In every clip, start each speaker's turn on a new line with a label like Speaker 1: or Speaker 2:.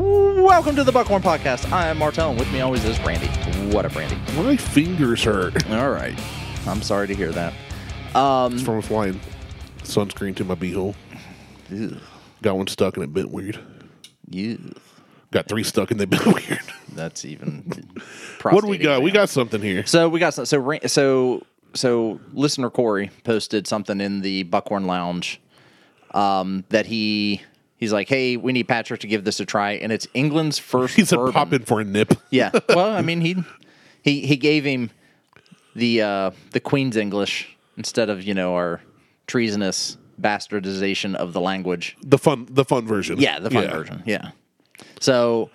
Speaker 1: Welcome to the Buckhorn Podcast. I am Martel, and with me always is Brandy. What up, Brandy?
Speaker 2: My fingers hurt
Speaker 1: All right. I'm sorry to hear that. Um,
Speaker 2: from applying sunscreen to my beehole.
Speaker 1: ew,
Speaker 2: Got one stuck and it bit weird.
Speaker 1: ew.
Speaker 2: Got three stuck and they bit weird.
Speaker 1: that's even.
Speaker 2: what
Speaker 1: prostate
Speaker 2: do we got? We
Speaker 1: exam.
Speaker 2: got something here.
Speaker 1: So we got some- so Ra- so so listener Corey posted something in the Buckhorn Lounge um, that he he's like, hey, we need Patrick to give this a try, and it's England's first.
Speaker 2: He said
Speaker 1: bourbon.
Speaker 2: pop in for a nip.
Speaker 1: Yeah. Well, I mean, he he he gave him the uh, the Queen's English instead of you know our treasonous bastardization of the language.
Speaker 2: The fun the fun version.
Speaker 1: Yeah, the fun version. Yeah. So,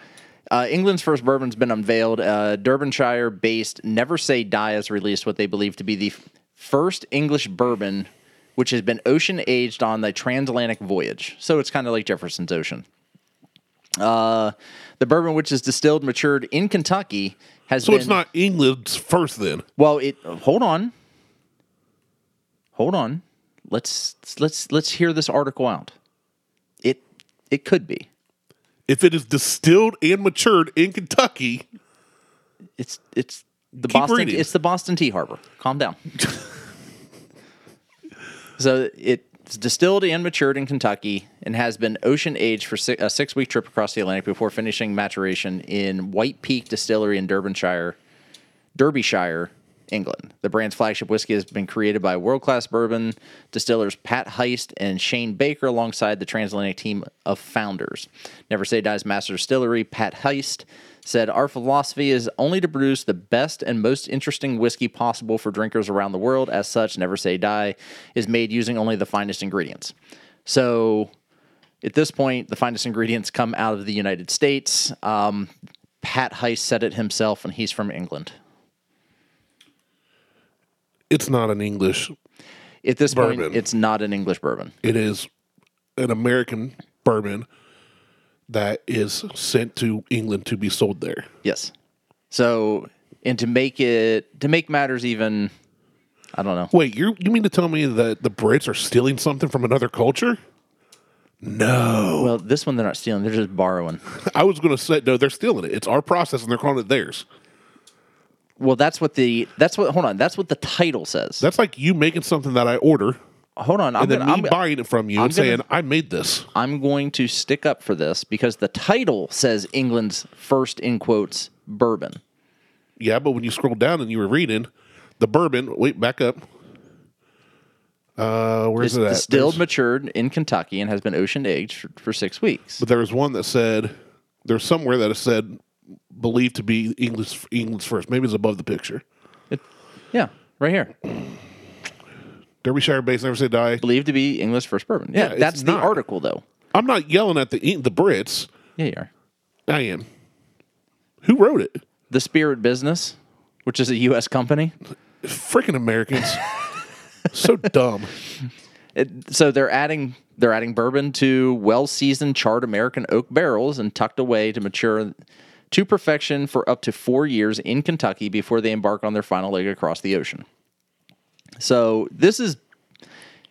Speaker 1: uh, England's first bourbon's been unveiled. Uh, Durbanshire-based Never Say Die has released what they believe to be the f- first English bourbon, which has been ocean aged on the transatlantic voyage. So it's kind of like Jefferson's Ocean. Uh, the bourbon, which is distilled, matured in Kentucky, has
Speaker 2: So
Speaker 1: been
Speaker 2: it's not England's first then.
Speaker 1: well, it hold on. Hold on. Let's let's let's hear this article out. It it could be.
Speaker 2: If it is distilled and matured in Kentucky,
Speaker 1: It's it's the
Speaker 2: Keep
Speaker 1: Boston.
Speaker 2: reading.
Speaker 1: It's the Boston Tea Harbor. Calm down. so it's distilled and matured in Kentucky and has been ocean aged for six, a six week trip across the Atlantic before finishing maturation in White Peak Distillery in Durbanshire, Derbyshire, England. The brand's flagship whiskey has been created by world class bourbon distillers Pat Heist and Shane Baker alongside the transatlantic team of founders. Never Say Die's master distillery, Pat Heist, said, Our philosophy is only to produce the best and most interesting whiskey possible for drinkers around the world. As such, Never Say Die is made using only the finest ingredients. So at this point, the finest ingredients come out of the United States. Um, Pat Heist said it himself, and he's from England.
Speaker 2: it's not an English.
Speaker 1: At this point,
Speaker 2: Bourbon.
Speaker 1: it's not an English bourbon.
Speaker 2: It is an American bourbon that is sent to England to be sold there.
Speaker 1: Yes. So, and to make it to make matters even, I don't know.
Speaker 2: Wait, you you mean to tell me that the Brits are stealing something from another culture? No,
Speaker 1: Well, this one they're not stealing; they're just borrowing.
Speaker 2: I was going to say no. They're stealing it. It's our process, and they're calling it theirs.
Speaker 1: Well, that's what the that's what hold on that's what the title says.
Speaker 2: That's like you making something that I order,
Speaker 1: hold on, I'm
Speaker 2: and then
Speaker 1: gonna,
Speaker 2: me
Speaker 1: I'm,
Speaker 2: buying it from you and
Speaker 1: gonna-
Speaker 2: saying I made this.
Speaker 1: I'm going to stick up for this because the title says England's first in quotes bourbon.
Speaker 2: Yeah, but when you scroll down and you were reading the bourbon, wait, back up. Uh, where's
Speaker 1: It's
Speaker 2: it at?
Speaker 1: distilled,
Speaker 2: There's-
Speaker 1: matured in Kentucky, and has been ocean aged for, for six weeks.
Speaker 2: but there was one that said there's somewhere that it said believed to be English England's first. Maybe it's above the picture.
Speaker 1: It- yeah, right here.
Speaker 2: Derbyshire base never say die.
Speaker 1: Believed to be England's first bourbon. Yeah,
Speaker 2: Yeah, it's
Speaker 1: that's the
Speaker 2: not.
Speaker 1: article though.
Speaker 2: I'm not yelling at the Eng- the Brits.
Speaker 1: Yeah, you are.
Speaker 2: I am. Who wrote it?
Speaker 1: The Spirit Business, which is a U.S. company.
Speaker 2: Freaking Americans. so dumb.
Speaker 1: It, so they're adding they're adding bourbon to well seasoned charred American oak barrels and tucked away to mature to perfection for up to four years in Kentucky before they embark on their final leg across the ocean. So this is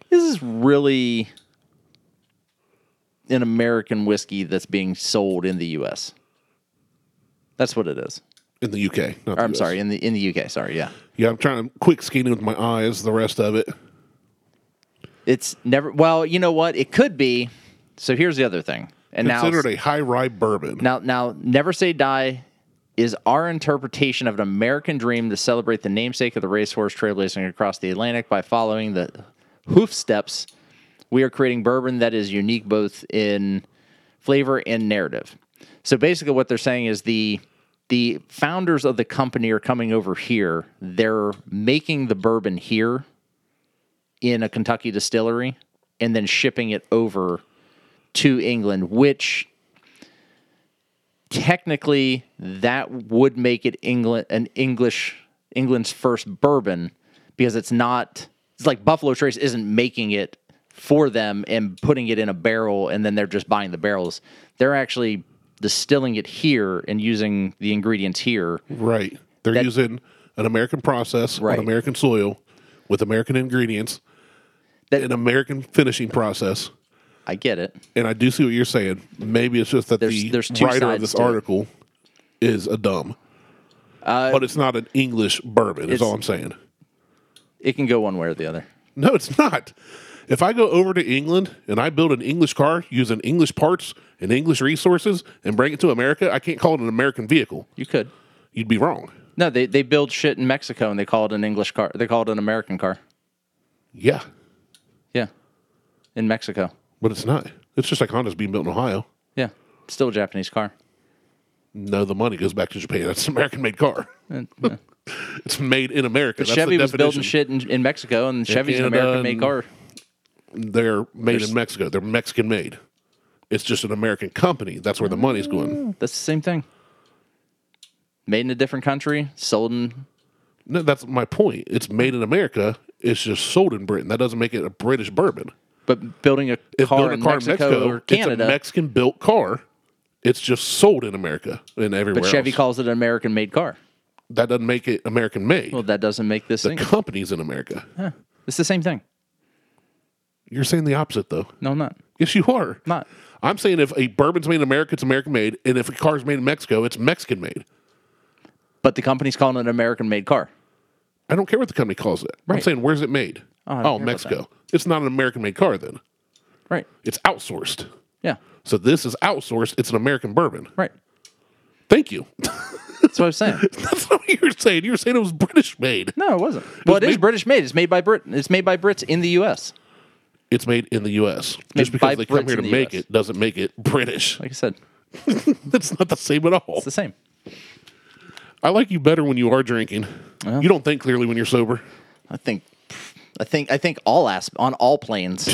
Speaker 1: this is really an American whiskey that's being sold in the U.S. That's what it is.
Speaker 2: In the UK. not
Speaker 1: Or,
Speaker 2: the
Speaker 1: I'm
Speaker 2: US.
Speaker 1: sorry, in the in the UK. Sorry, yeah.
Speaker 2: Yeah, I'm trying to quick scanning with my eyes the rest of it.
Speaker 1: It's never. Well, you know what? It could be. So here's the other thing. And now,
Speaker 2: Considered a high rye bourbon.
Speaker 1: now, now, never say die is our interpretation of an American dream to celebrate the namesake of the racehorse trailblazing across the Atlantic by following the hoof steps. We are creating bourbon that is unique both in flavor and narrative. So basically, what they're saying is the the founders of the company are coming over here. They're making the bourbon here in a Kentucky distillery and then shipping it over to England, which technically that would make it England an English England's first bourbon because it's not it's like Buffalo Trace isn't making it for them and putting it in a barrel and then they're just buying the barrels. They're actually distilling it here and using the ingredients here.
Speaker 2: right. They're using an American process
Speaker 1: Right.
Speaker 2: on American soil with American ingredients,
Speaker 1: That-
Speaker 2: an American finishing process.
Speaker 1: I get it.
Speaker 2: and I do see what you're saying. Maybe it's just that
Speaker 1: There's-
Speaker 2: the
Speaker 1: there's two
Speaker 2: writer of
Speaker 1: sides
Speaker 2: this
Speaker 1: to it.
Speaker 2: article is a dumb. but it's not an English bourbon, is
Speaker 1: Uh, it's-
Speaker 2: all I'm saying.
Speaker 1: It can go one way or the other.
Speaker 2: No, it's not. If I go over to England and I build an English car using English parts and English resources and bring it to America, I can't call it an American vehicle.
Speaker 1: You could.
Speaker 2: You'd be wrong.
Speaker 1: No, they, they build shit in Mexico and they call it an English car. They call it an American car.
Speaker 2: Yeah,
Speaker 1: Yeah. In Mexico.
Speaker 2: but it's not. It's just like Honda's being built in Ohio.
Speaker 1: Yeah. It's still a Japanese car.
Speaker 2: No, the money goes back to Japan. That's an American made car.
Speaker 1: And, yeah.
Speaker 2: It's made in America. That's
Speaker 1: Chevy
Speaker 2: the
Speaker 1: was building
Speaker 2: definition.
Speaker 1: shit in, in Mexico and Chevy's an
Speaker 2: Canada
Speaker 1: American made
Speaker 2: and-
Speaker 1: car.
Speaker 2: They're made in Mexico. They're Mexican made. It's just an American company. That's where the money's going.
Speaker 1: That's the same thing. Made in a different country, sold in.
Speaker 2: No, that's my point. It's made in America. It's just sold in Britain. That doesn't make it a British bourbon.
Speaker 1: But building a
Speaker 2: If
Speaker 1: car,
Speaker 2: building
Speaker 1: in,
Speaker 2: a car
Speaker 1: Mexico or
Speaker 2: it's
Speaker 1: Canada,
Speaker 2: a Mexican built car. It's just sold in America and everywhere.
Speaker 1: but Chevy
Speaker 2: else.
Speaker 1: calls it an American made car.
Speaker 2: that doesn't make it American made.
Speaker 1: Well, that doesn't make this
Speaker 2: the
Speaker 1: thing.
Speaker 2: company's in America.
Speaker 1: It's the same thing.
Speaker 2: You're saying the opposite though.
Speaker 1: No, I'm not.
Speaker 2: Yes, you are.
Speaker 1: Not.
Speaker 2: I'm saying if a bourbon's made in America, it's American made, and if a car's made in Mexico, it's Mexican made.
Speaker 1: But the company's calling it an American made car.
Speaker 2: I don't care what the company calls it. I'm
Speaker 1: Right.
Speaker 2: saying where's it made?
Speaker 1: I don't
Speaker 2: Oh,
Speaker 1: care about
Speaker 2: Mexico. It's not an American made car then.
Speaker 1: Right.
Speaker 2: It's outsourced.
Speaker 1: Yeah.
Speaker 2: So this is outsourced. It's an American bourbon.
Speaker 1: Right.
Speaker 2: Thank you.
Speaker 1: That's what I was saying.
Speaker 2: That's not what you were saying. You were saying it was British made.
Speaker 1: No, it wasn't. Well, it is British made. It's made by Britain. It's made by Brits in the U.S.
Speaker 2: It's made in the US.
Speaker 1: Made
Speaker 2: Just because
Speaker 1: by
Speaker 2: they come
Speaker 1: Brits
Speaker 2: here
Speaker 1: in
Speaker 2: to
Speaker 1: the
Speaker 2: make
Speaker 1: US.
Speaker 2: it doesn't make it British.
Speaker 1: Like I said,
Speaker 2: That's not the same at all.
Speaker 1: it's the same.
Speaker 2: I like you better when you are drinking. You don't think clearly when you're sober.
Speaker 1: I think, I think, I think all asp- on all planes.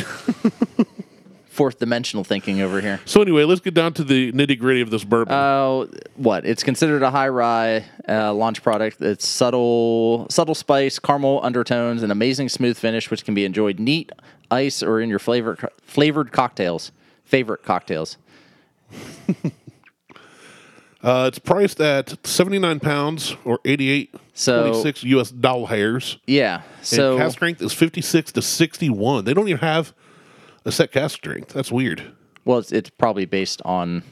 Speaker 1: Fourth dimensional thinking over here.
Speaker 2: So anyway, let's get down to the nitty gritty of this bourbon.
Speaker 1: Oh, what? It's considered a high rye uh, launch product. It's subtle, subtle spice, caramel undertones, an amazing smooth finish, which can be enjoyed neat, ice, or in your flavor flavored cocktails. Favorite cocktails.
Speaker 2: Uh, it's priced at 79 pounds or 88
Speaker 1: So-
Speaker 2: 26 US doll hairs.
Speaker 1: Yeah. So
Speaker 2: and cast strength is 56 to 61. They don't even have a set cast strength. That's weird.
Speaker 1: Well, it's, it's probably based on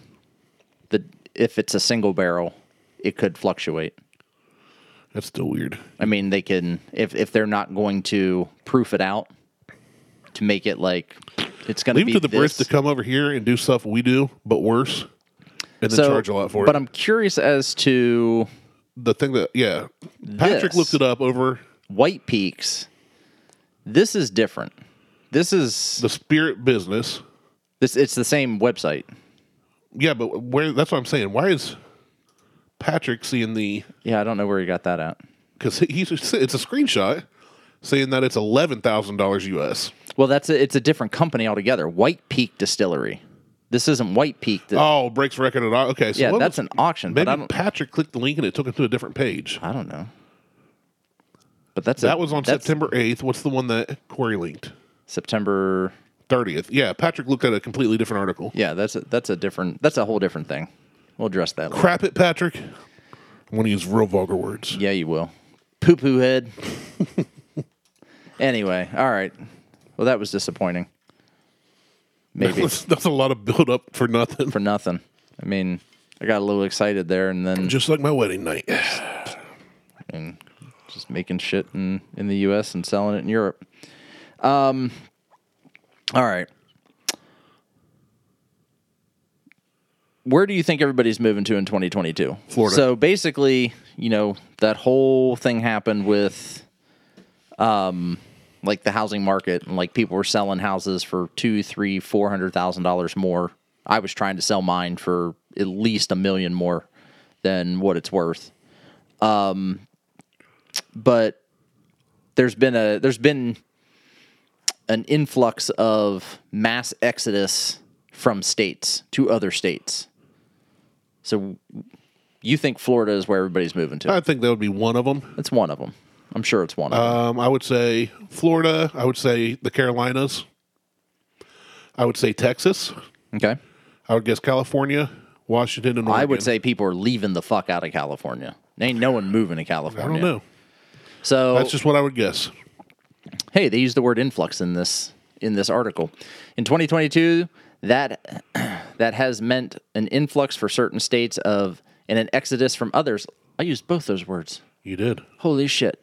Speaker 1: the if it's a single barrel, it could fluctuate.
Speaker 2: That's still weird.
Speaker 1: I mean, they can if if they're not going to proof it out to make it like it's going to
Speaker 2: Leave
Speaker 1: be
Speaker 2: it to the Brits
Speaker 1: this.
Speaker 2: to come over here and do stuff we do, but worse, and then
Speaker 1: So,
Speaker 2: charge a lot for
Speaker 1: But
Speaker 2: it.
Speaker 1: I'm curious as to
Speaker 2: the thing that, yeah, Patrick
Speaker 1: This.
Speaker 2: looked it up over
Speaker 1: White Peaks. This is different. This is
Speaker 2: the spirit business.
Speaker 1: this. It's the same website.
Speaker 2: Yeah, but where? That's what I'm saying. Why is Patrick seeing the?
Speaker 1: Yeah, I don't know where he got that at.
Speaker 2: Because he's it's a screenshot saying that it's eleven thousand dollars US.
Speaker 1: Well, that's a, it's a different company altogether. White Peak Distillery. This isn't White Peak. That,
Speaker 2: Oh, breaks record at all. Okay, so
Speaker 1: yeah,
Speaker 2: what
Speaker 1: that's
Speaker 2: was-
Speaker 1: an auction.
Speaker 2: Maybe
Speaker 1: but I don't,
Speaker 2: Patrick clicked the link and it took him to a different page.
Speaker 1: I don't know. But that's a-
Speaker 2: That was on
Speaker 1: that's
Speaker 2: September 8th. What's the one that Corey linked?
Speaker 1: September.
Speaker 2: 30th. Yeah, Patrick looked at a completely different article.
Speaker 1: Yeah, that's a, that's a different. That's a whole different thing. We'll address that. Later.
Speaker 2: Crap it, Patrick. I'm going to use real vulgar words.
Speaker 1: Yeah, you will. Poo poo head. anyway, all right. Well, that was disappointing. Maybe
Speaker 2: That's, that's a lot of build up for nothing.
Speaker 1: for nothing. I mean, I got a little excited there, and then
Speaker 2: Just like my wedding night.
Speaker 1: and just making shit in, in the US and selling it in Europe. Um, all right. Where do you think everybody's moving to in 2022?
Speaker 2: Florida.
Speaker 1: So basically, you know, that whole thing happened with um like the housing market and like people were selling houses for two, three, four hundred thousand dollars more. I was trying to sell mine for at least a million more than what it's worth but there's been a there's been an influx of mass exodus from states to other states. So you think Florida is where everybody's moving to?
Speaker 2: I think that would be one of them.
Speaker 1: It's one of them. I'm sure it's one of them.
Speaker 2: Um, I would say Florida. I would say the Carolinas. I would say Texas.
Speaker 1: Okay.
Speaker 2: I would guess California, Washington, and Oregon.
Speaker 1: I would say people are leaving the fuck out of California. Ain't no one moving to
Speaker 2: I
Speaker 1: California.
Speaker 2: don't know.
Speaker 1: So
Speaker 2: That's just what I would guess.
Speaker 1: hey, they use the word influx in this in this article. In 2022, that that has meant an influx for certain states of and an exodus from others. I used both those words.
Speaker 2: You did.
Speaker 1: Holy shit.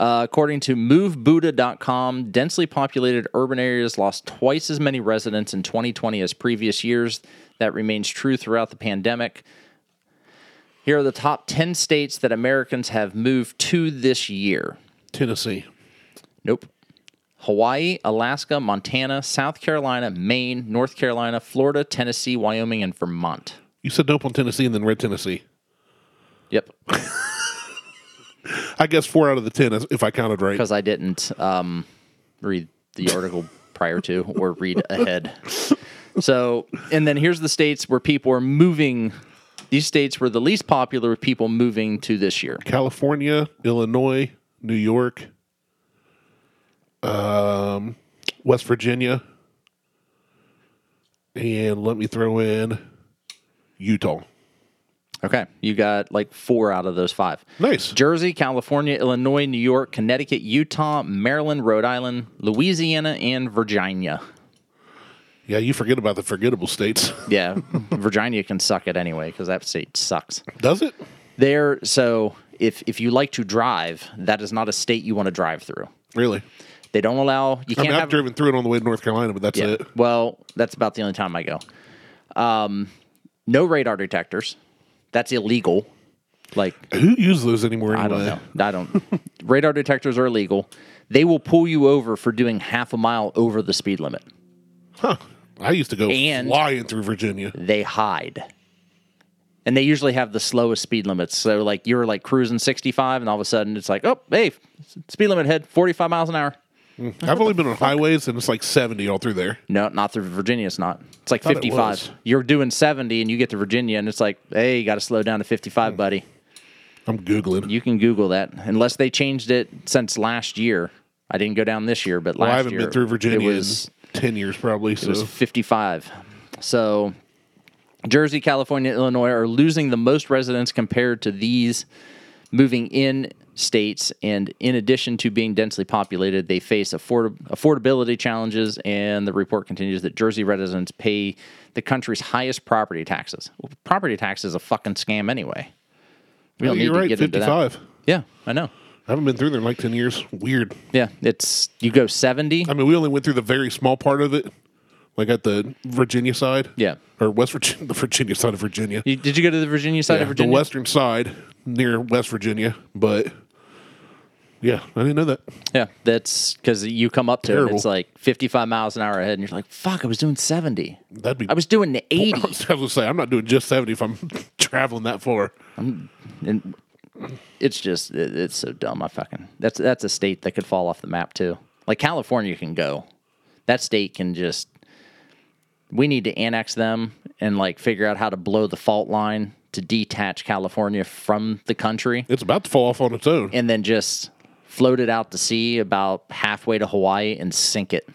Speaker 1: Uh, according to movebuddha.com, densely populated urban areas lost twice as many residents in 2020 as previous years. That remains true throughout the pandemic. Here are the top 10 states that Americans have moved to this year.
Speaker 2: Tennessee.
Speaker 1: Nope. Hawaii, Alaska, Montana, South Carolina, Maine, North Carolina, Florida, Tennessee, Wyoming, and Vermont.
Speaker 2: You said nope on Tennessee and then read Tennessee.
Speaker 1: Yep.
Speaker 2: I guess four out of the ten, is- if I counted right.
Speaker 1: Because I didn't um, read the article prior to or read ahead. So, and then here's the states where people are moving. These states were the least popular with people moving to this year.
Speaker 2: California, Illinois, New York, um, West Virginia, and let me throw in Utah.
Speaker 1: Okay. You got like four out of those five.
Speaker 2: Nice.
Speaker 1: Jersey, California, Illinois, New York, Connecticut, Utah, Maryland, Rhode Island, Louisiana, and Virginia.
Speaker 2: Yeah, you forget about the forgettable states.
Speaker 1: Yeah, Virginia can suck it anyway because that state sucks.
Speaker 2: Does it?
Speaker 1: There, so if if you like to drive, that is not a state you want to drive through.
Speaker 2: Really?
Speaker 1: They don't allow you
Speaker 2: I
Speaker 1: can't
Speaker 2: mean, I've
Speaker 1: have.
Speaker 2: driven through it on the way to North Carolina, but that's
Speaker 1: yeah,
Speaker 2: it.
Speaker 1: Well, that's about the only time I go. Um, no radar detectors. That's illegal. Like
Speaker 2: Who uses those anymore? Anyway?
Speaker 1: I don't know. I don't. radar detectors are illegal. They will pull you over for doing half a mile over the speed limit.
Speaker 2: Huh. I used to go
Speaker 1: And-
Speaker 2: flying through Virginia.
Speaker 1: they hide. And they usually have the slowest speed limits. So like you're like cruising 65 and all of a sudden it's like, "Oh, hey, speed limit head 45 miles an hour."
Speaker 2: I've only been on highways, and it's like seventy all through there.
Speaker 1: No, not through Virginia it's not. It's like
Speaker 2: Thought it
Speaker 1: 55.
Speaker 2: was.
Speaker 1: you're doing 70 and you get to Virginia and it's like, "Hey, you got to slow down to 55,
Speaker 2: Hmm.
Speaker 1: buddy."
Speaker 2: I'm googling.
Speaker 1: You can Google that unless they changed it since last year. I didn't go down this year, but last
Speaker 2: well, I haven't
Speaker 1: year
Speaker 2: been through Virginia
Speaker 1: it was
Speaker 2: in ten years, probably. So
Speaker 1: It was 55. So Jersey, California, Illinois are losing the most residents compared to these moving in states. And in addition to being densely populated, they face afford- affordability challenges. And the report continues that Jersey residents pay the country's highest property taxes. Well, property tax is a fucking scam anyway. We
Speaker 2: Yeah,
Speaker 1: don't need
Speaker 2: you're
Speaker 1: to
Speaker 2: right.
Speaker 1: get into that.
Speaker 2: Fifty-five.
Speaker 1: Yeah, I know.
Speaker 2: I haven't been through there in like ten years. Weird.
Speaker 1: Yeah, it's you go 70.
Speaker 2: I mean, we only went through the very small part of it, like at the Virginia side.
Speaker 1: Yeah.
Speaker 2: Or West Virginia, the Virginia side of Virginia.
Speaker 1: You- did you go to the Virginia side
Speaker 2: Yeah,
Speaker 1: of Virginia?
Speaker 2: The western side near West Virginia, but yeah, I didn't know that.
Speaker 1: Yeah, that's because you come up to it,
Speaker 2: Terrible.
Speaker 1: it's like 55 miles an hour ahead, and you're like, "Fuck, I was doing 70.
Speaker 2: That'd be.
Speaker 1: I was doing the 80."
Speaker 2: I was gonna say I'm not doing just seventy if I'm traveling that far.
Speaker 1: And it's just, it, it's so dumb. I fucking that's that's a state that could fall off the map too. Like California can go, that state can just. We need to annex them and like figure out how to blow the fault line to detach California from the country,
Speaker 2: It's about to fall off on its own.
Speaker 1: and then just float it out to sea about halfway to Hawaii and sink it,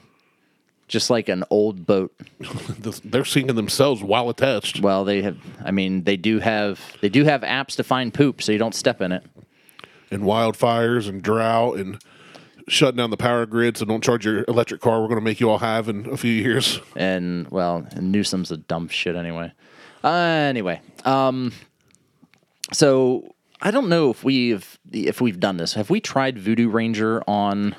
Speaker 1: just like an old boat.
Speaker 2: They're sinking themselves while attached.
Speaker 1: Well, they have. I mean, they do have. They do have apps to find poop, so you don't step in it.
Speaker 2: and wildfires and drought and shutting down the power grid. So don't charge your electric car. We're going to make you all have in a few years.
Speaker 1: And well, and Newsom's a dumb shit anyway. Uh, anyway, um, so I don't know if we've if we've done this. Have we tried Voodoo Ranger on?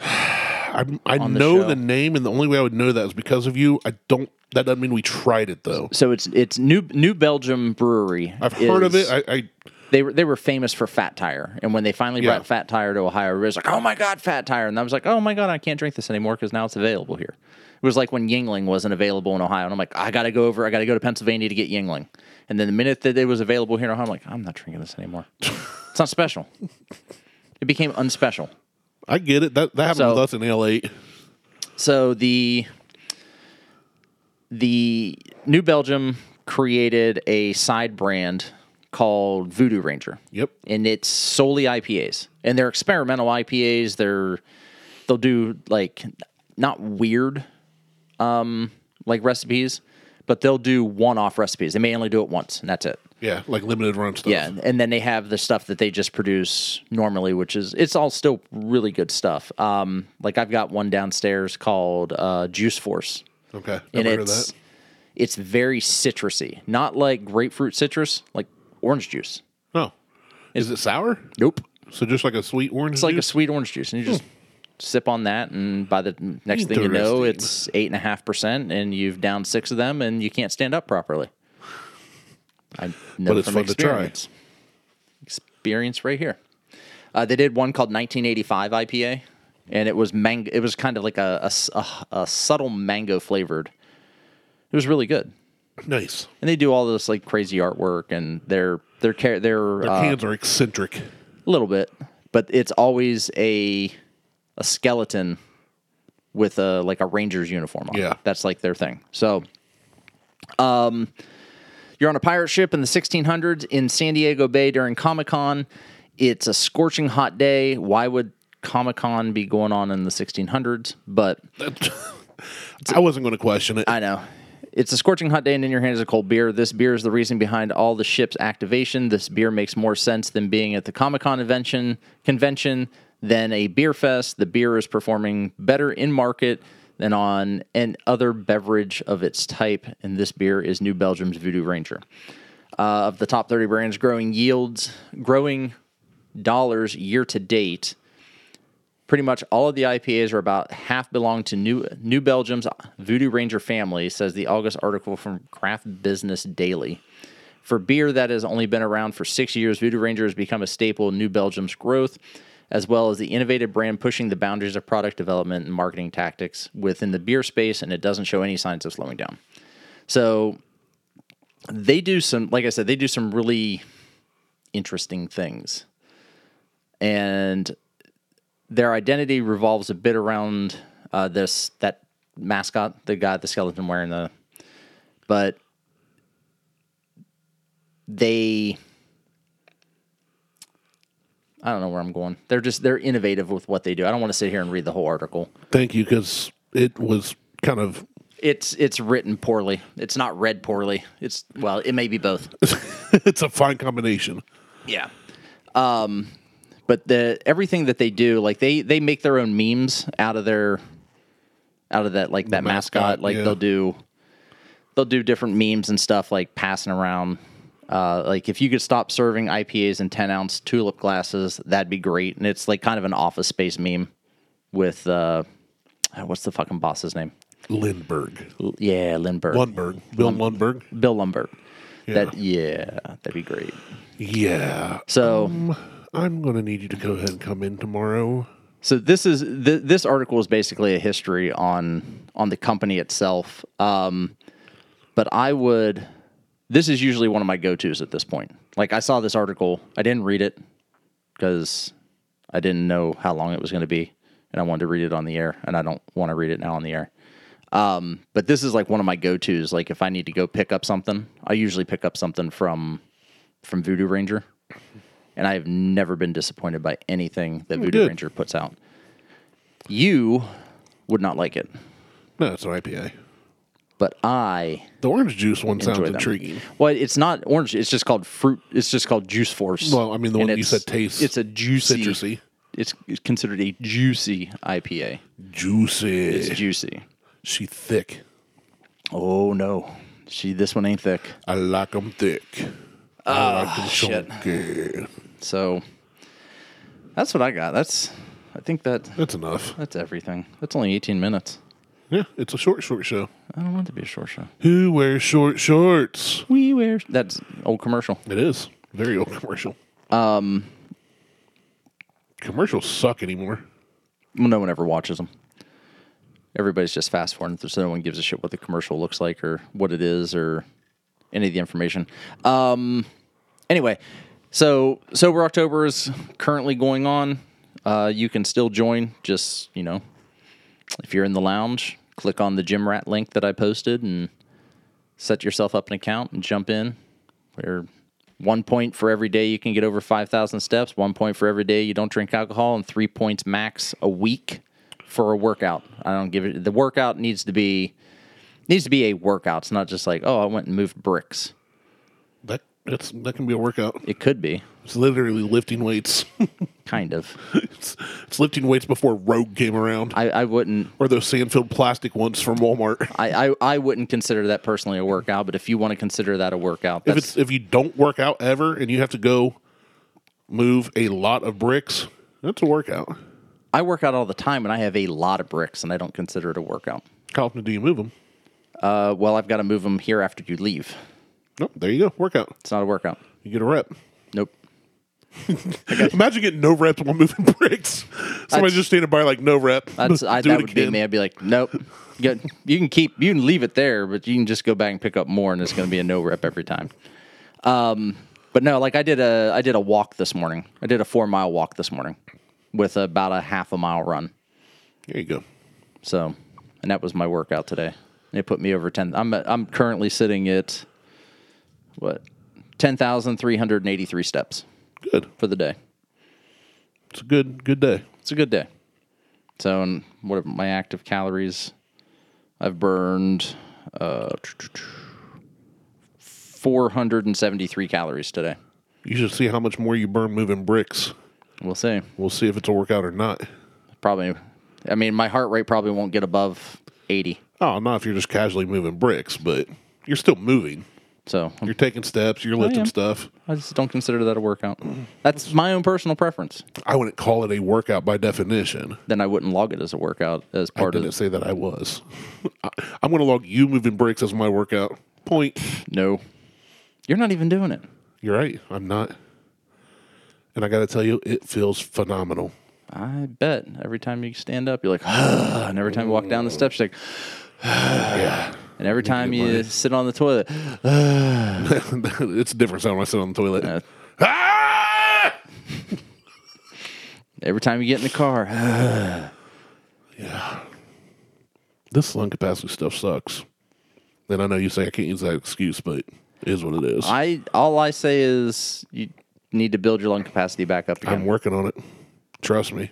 Speaker 2: I, I
Speaker 1: the
Speaker 2: know
Speaker 1: show.
Speaker 2: the name, and the only way I would know that is because of you. I don't. That doesn't mean we tried it though.
Speaker 1: So it's it's New New Belgium Brewery.
Speaker 2: I've heard of
Speaker 1: is-
Speaker 2: it. I, I
Speaker 1: they were they were famous for Fat Tire, and when they finally
Speaker 2: Yeah.
Speaker 1: brought Fat Tire to Ohio, everybody was like, "Oh my god, Fat Tire!" And I was like, "Oh my god, I can't drink this anymore because now it's available here." It was like when Yingling wasn't available in Ohio, and I'm like, "I got to go over. I got to go to Pennsylvania to get Yingling." And then the minute that it was available here in Ohio, I'm like, "I'm not drinking this anymore. it's not special. It became unspecial."
Speaker 2: I get it. That that happened
Speaker 1: So-
Speaker 2: with us in L eight.
Speaker 1: So the the New Belgium created a side brand called Voodoo Ranger.
Speaker 2: Yep.
Speaker 1: And it's solely IPAs. And they're experimental IPAs. They're they'll do like not weird um like recipes, but they'll do one-off recipes. They may only do it once and that's it.
Speaker 2: Yeah, like limited run stuff.
Speaker 1: Yeah, and then they have the stuff that they just produce normally, which is it's all still really good stuff. Um, like I've got one downstairs called uh, Juice Force,
Speaker 2: Okay.
Speaker 1: and
Speaker 2: Never heard of
Speaker 1: it's
Speaker 2: that.
Speaker 1: it's very citrusy, not like grapefruit citrus, like orange juice.
Speaker 2: No. Oh. Is it sour?
Speaker 1: Nope,
Speaker 2: So just like a sweet orange.
Speaker 1: it's like a
Speaker 2: juice?
Speaker 1: sweet orange juice, and you just sip on that, and by the next thing you know,
Speaker 2: Interesting.
Speaker 1: it's eight and a half percent, and you've downed six of them, and you can't stand up properly. I know
Speaker 2: But it's
Speaker 1: from
Speaker 2: fun to try.
Speaker 1: experience. Experience right here. Uh, they did one called 1985 IPA, and it was mango. It was kind of like a, a s- a- a subtle mango flavored. It was really good,
Speaker 2: nice.
Speaker 1: and they do all this like crazy artwork, and their their care their
Speaker 2: Their
Speaker 1: uh,
Speaker 2: cans are eccentric.
Speaker 1: a little bit, but it's always a a skeleton with a like a ranger's uniform on. it.
Speaker 2: Yeah.
Speaker 1: that's like their thing. So, um, you're on a pirate ship in the 1600s in San Diego Bay during Comic Con. It's a scorching hot day. Why would Comic Con be going on in the 1600s? But
Speaker 2: I wasn't going to question it.
Speaker 1: I know. It's a scorching hot day, and in your hand is a cold beer. This beer is the reason behind all the ship's activation. This beer makes more sense than being at the Comic Con convention, convention than a beer fest. The beer is performing better in market than on an other beverage of its type, and this beer is New Belgium's Voodoo Ranger. Uh, of the top 30 brands growing yields, growing dollars year to date, pretty much all of the IPAs are about half belong to New New Belgium's Voodoo Ranger family, says the August article from Craft Business Daily. For beer that has only been around for six years, Voodoo Ranger has become a staple in New Belgium's growth, as well as the innovative brand pushing the boundaries of product development and marketing tactics within the beer space, and it doesn't show any signs of slowing down. So they do some, like I said, they do some really interesting things. And their identity revolves a bit around uh, this that mascot, the guy, the skeleton wearing the, but they, I don't know where I'm going. They're just they're innovative with what they do. I don't want to sit here and read the whole article.
Speaker 2: Thank you, because it was kind of
Speaker 1: It's it's written poorly. It's not read poorly. It's well, it may be both.
Speaker 2: it's a fine combination.
Speaker 1: Yeah. Um, but the everything that they do, like they they make their own memes out of their out of that like that mascot.
Speaker 2: mascot,
Speaker 1: Like
Speaker 2: yeah.
Speaker 1: they'll do they'll do different memes and stuff like passing around. Uh, like if you could stop serving IPAs in ten ounce tulip glasses, that'd be great. And it's like kind of an office space meme with uh, what's the fucking boss's name?
Speaker 2: Lindbergh.
Speaker 1: L- Yeah, Lindbergh.
Speaker 2: Lundberg. Bill Lundberg.
Speaker 1: Bill Lumberg. That yeah, that'd be great.
Speaker 2: Yeah.
Speaker 1: So
Speaker 2: I'm going to need you to go ahead and come in tomorrow.
Speaker 1: So this is th- this article is basically a history on on the company itself. Um, but I would this is usually one of my go tos at this point. Like I saw this article, I didn't read it because I didn't know how long it was going to be, and I wanted to read it on the air, and I don't want to read it now on the air. Um, but this is like one of my go tos. Like if I need to go pick up something, I usually pick up something from from Voodoo Ranger, and I have never been disappointed by anything that Voodoo
Speaker 2: good.
Speaker 1: Ranger puts out. You would not like it,
Speaker 2: No, it's an IPA.
Speaker 1: but I
Speaker 2: The orange juice one
Speaker 1: enjoy
Speaker 2: sounds
Speaker 1: them.
Speaker 2: intriguing.
Speaker 1: Well, it's not orange. It's just called fruit. It's just called Juice Force.
Speaker 2: Well, I mean, the
Speaker 1: And
Speaker 2: one you
Speaker 1: it's-
Speaker 2: said tastes
Speaker 1: It's a juicy.
Speaker 2: citrusy.
Speaker 1: It's, it's considered a juicy IPA. It's
Speaker 2: Juicy.
Speaker 1: juicy.
Speaker 2: She thick.
Speaker 1: Oh no, see, this one ain't thick.
Speaker 2: I like 'em thick. I like 'em
Speaker 1: Ah, shit.
Speaker 2: chunky.
Speaker 1: So that's what I got. That's. I think that
Speaker 2: That's enough.
Speaker 1: that's everything. That's only 18 minutes.
Speaker 2: Yeah, it's a short, short show.
Speaker 1: I don't want it to be a short show.
Speaker 2: Who wears short shorts?
Speaker 1: We wear that's old commercial.
Speaker 2: It is very old commercial. Um, commercials suck anymore.
Speaker 1: Well, no one ever watches them. Everybody's just fast forwarding, through, so no one gives a shit what the commercial looks like or what it is or any of the information. Um, anyway, so Sober October is currently going on. Uh, you can still join. Just you know, if you're in the lounge, click on the Gym Rat link that I posted and set yourself up an account and jump in. Where one point for every day you can get over 5,000 steps, one point for every day you don't drink alcohol, and three points max a week for a workout. I don't give it. The workout needs to be needs to be a workout. It's not just like oh, I went and moved bricks.
Speaker 2: That That's that can be a workout.
Speaker 1: It could be,
Speaker 2: It's literally lifting weights.
Speaker 1: kind of.
Speaker 2: it's, it's lifting weights before Rogue came around,
Speaker 1: I, I wouldn't.
Speaker 2: or those sand-filled plastic ones from Walmart.
Speaker 1: I, I, I wouldn't consider that personally a workout, but if you want to consider that a workout,
Speaker 2: if
Speaker 1: that's,
Speaker 2: it's if you don't work out ever and you have to go move a lot of bricks, that's a workout.
Speaker 1: I work out all the time and I have a lot of bricks and I don't consider it a workout.
Speaker 2: How often do you move them?
Speaker 1: Uh, well, I've got to move them here after you leave.
Speaker 2: No, there you go. Workout.
Speaker 1: It's not a workout.
Speaker 2: You get a rep.
Speaker 1: Nope.
Speaker 2: Imagine getting no reps while moving bricks. Somebody
Speaker 1: That's-
Speaker 2: just standing by like no rep.
Speaker 1: That's I,
Speaker 2: Do
Speaker 1: that
Speaker 2: it
Speaker 1: would be
Speaker 2: again.
Speaker 1: me. I'd be like, nope. Good. You can keep, you can leave it there, but you can just go back and pick up more, and it's going to be a no rep every time. Um, but no, like I did a, I did a walk this morning. I did a four mile walk this morning with about a half a mile run.
Speaker 2: There you go.
Speaker 1: So, and that was my workout today. And It put me over ten. I'm I'm currently sitting at what ten thousand three hundred eighty three steps
Speaker 2: Good.
Speaker 1: for the day.
Speaker 2: It's a good good day.
Speaker 1: It's a good day. So, and what are my active calories? I've burned uh, 473 calories today.
Speaker 2: You should see how much more you burn moving bricks.
Speaker 1: We'll see.
Speaker 2: We'll see if it's a workout or not.
Speaker 1: Probably, I mean, my heart rate probably won't get above 80.
Speaker 2: Oh, not if you're just casually moving bricks, but you're still moving.
Speaker 1: So,
Speaker 2: You're taking steps. You're lifting
Speaker 1: am.
Speaker 2: stuff.
Speaker 1: I just don't consider that a workout. That's my own personal preference.
Speaker 2: I wouldn't call it a workout by definition.
Speaker 1: Then I wouldn't log it as a workout as
Speaker 2: I
Speaker 1: part
Speaker 2: didn't
Speaker 1: of
Speaker 2: say that I was. I, I'm going to log you moving bricks as my workout. Point.
Speaker 1: No. You're not even doing it.
Speaker 2: You're right. I'm not. And I got to tell you, it feels phenomenal.
Speaker 1: I bet every time you stand up, you're like, and every time you walk down the steps, you're like,
Speaker 2: Mm. Yeah.
Speaker 1: and every time you sit on the toilet,
Speaker 2: it's a different sound when I sit on the toilet. Ah!
Speaker 1: Every time you get in the car,
Speaker 2: This lung capacity stuff sucks. And I know you say I can't use that excuse, but it is what it is.
Speaker 1: I all I say is you need to build your lung capacity back up
Speaker 2: I'm
Speaker 1: again.
Speaker 2: working on it. Trust me.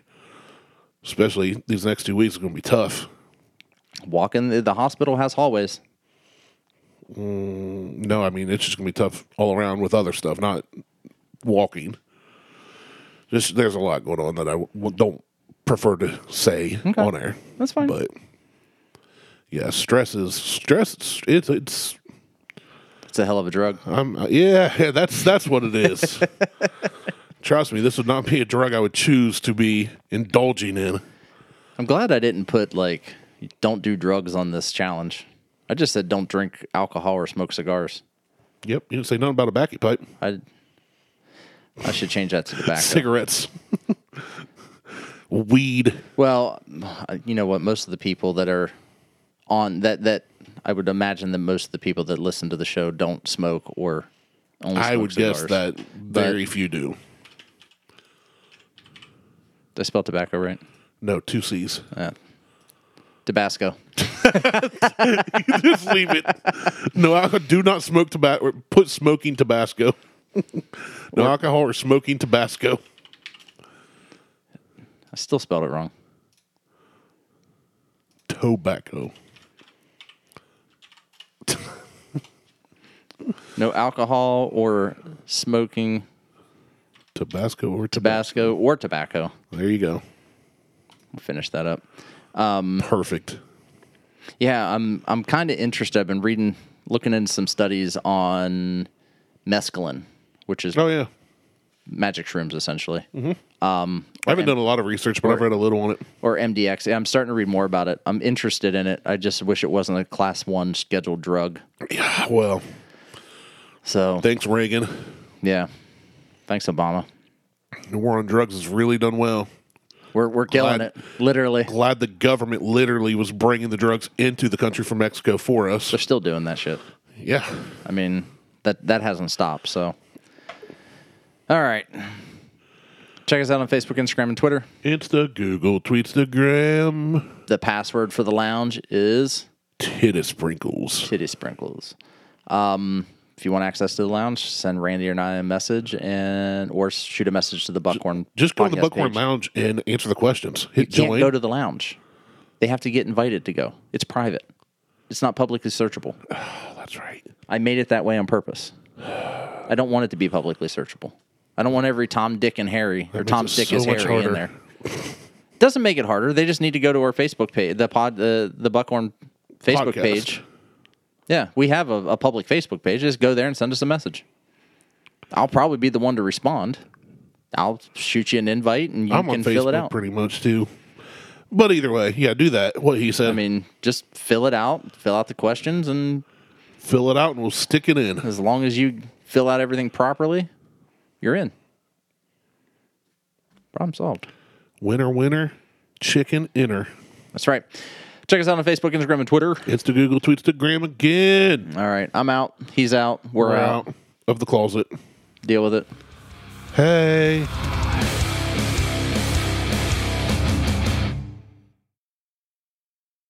Speaker 2: Especially these next two weeks are going to be tough.
Speaker 1: Walk in the, the hospital has hallways.
Speaker 2: No, I mean it's just gonna be tough all around with other stuff, not walking. Just there's a lot going on that I w- don't prefer to say on air.
Speaker 1: That's fine.
Speaker 2: But yeah, stress is stress. It's it's, it's
Speaker 1: It's a hell of a drug.
Speaker 2: I'm uh, yeah. That's that's what it is. Trust me, this would not be a drug I would choose to be indulging in.
Speaker 1: I'm glad I didn't put like don't do drugs on this challenge. I just said don't drink alcohol or smoke cigars.
Speaker 2: Yep, you didn't say nothing about a backy pipe,
Speaker 1: I I should change that to tobacco.
Speaker 2: cigarettes, weed.
Speaker 1: Well, you know what? Most of the people that are on that that I would imagine that most of the people that listen to the show don't smoke or only
Speaker 2: I
Speaker 1: smoke
Speaker 2: would guess
Speaker 1: cigars.
Speaker 2: that very few do.
Speaker 1: Did I spell tobacco right.
Speaker 2: No, two C's.
Speaker 1: Tabasco.
Speaker 2: Just leave it. No, alcohol, do not smoke tobacco. Put smoking Tabasco. No alcohol or smoking Tabasco.
Speaker 1: I still spelled it wrong.
Speaker 2: Tobacco.
Speaker 1: No alcohol or smoking
Speaker 2: Tabasco or Tabasco.
Speaker 1: Tabasco or tobacco.
Speaker 2: There you go.
Speaker 1: We'll finish that up.
Speaker 2: Perfect.
Speaker 1: Yeah, I'm I'm kind of interested. I've been reading, looking into some studies on mescaline, which is
Speaker 2: Oh yeah.
Speaker 1: magic shrooms essentially.
Speaker 2: I haven't done a lot of research, but I've read a little on it.
Speaker 1: or MDX. I'm starting to read more about it. I'm interested in it. I just wish it wasn't a class one scheduled drug.
Speaker 2: Yeah. Well,
Speaker 1: So
Speaker 2: thanks Reagan.
Speaker 1: yeah, thanks Obama.
Speaker 2: The war on drugs has really done well.
Speaker 1: We're we're killing
Speaker 2: Glad-
Speaker 1: it. Literally,
Speaker 2: Glad the government literally was bringing the drugs into the country from Mexico for us.
Speaker 1: they're still doing that shit.
Speaker 2: Yeah.
Speaker 1: I mean that that hasn't stopped. So all right, check us out on Facebook, Instagram, and Twitter.
Speaker 2: It's the Google tweets the gram.
Speaker 1: The password for the lounge is
Speaker 2: Titty sprinkles.
Speaker 1: titty sprinkles. Um, if you want access to the lounge, send Randy or I a message and or shoot a message to the Buckhorn.
Speaker 2: Just go to the
Speaker 1: podcast
Speaker 2: Buckhorn
Speaker 1: page.
Speaker 2: Lounge and answer the questions. Hit
Speaker 1: can't
Speaker 2: join.
Speaker 1: go to the lounge. They have to get invited to go. It's private. It's not publicly searchable.
Speaker 2: oh, that's right.
Speaker 1: I made it that way on purpose. I don't want it to be publicly searchable. I don't want every Tom, Dick, and Harry or
Speaker 2: makes
Speaker 1: Tom,
Speaker 2: it
Speaker 1: Dick,
Speaker 2: so
Speaker 1: is
Speaker 2: much
Speaker 1: Harry in
Speaker 2: harder.
Speaker 1: there. Doesn't make it harder. They just need to go to our Facebook page, the pod, the the Buckhorn Facebook
Speaker 2: Podcast.
Speaker 1: page. Yeah, we have a, a public Facebook page. Just go there and send us a message. I'll probably be the one to respond. I'll shoot you an invite and you
Speaker 2: I'm
Speaker 1: can
Speaker 2: on
Speaker 1: fill it
Speaker 2: Facebook
Speaker 1: out.
Speaker 2: pretty much too. But either way, yeah, do that. What he said.
Speaker 1: I mean, just fill it out, fill out the questions, and
Speaker 2: fill it out and we'll stick it in.
Speaker 1: as long as you fill out everything properly, you're in. Problem solved.
Speaker 2: Winner, winner, chicken inner.
Speaker 1: That's right. Check us out on Facebook, Instagram, and Twitter.
Speaker 2: It's the Google tweets to Graham again.
Speaker 1: All right. I'm out. He's out. We're,
Speaker 2: We're
Speaker 1: out.
Speaker 2: out of the closet.
Speaker 1: Deal with it.
Speaker 2: Hey.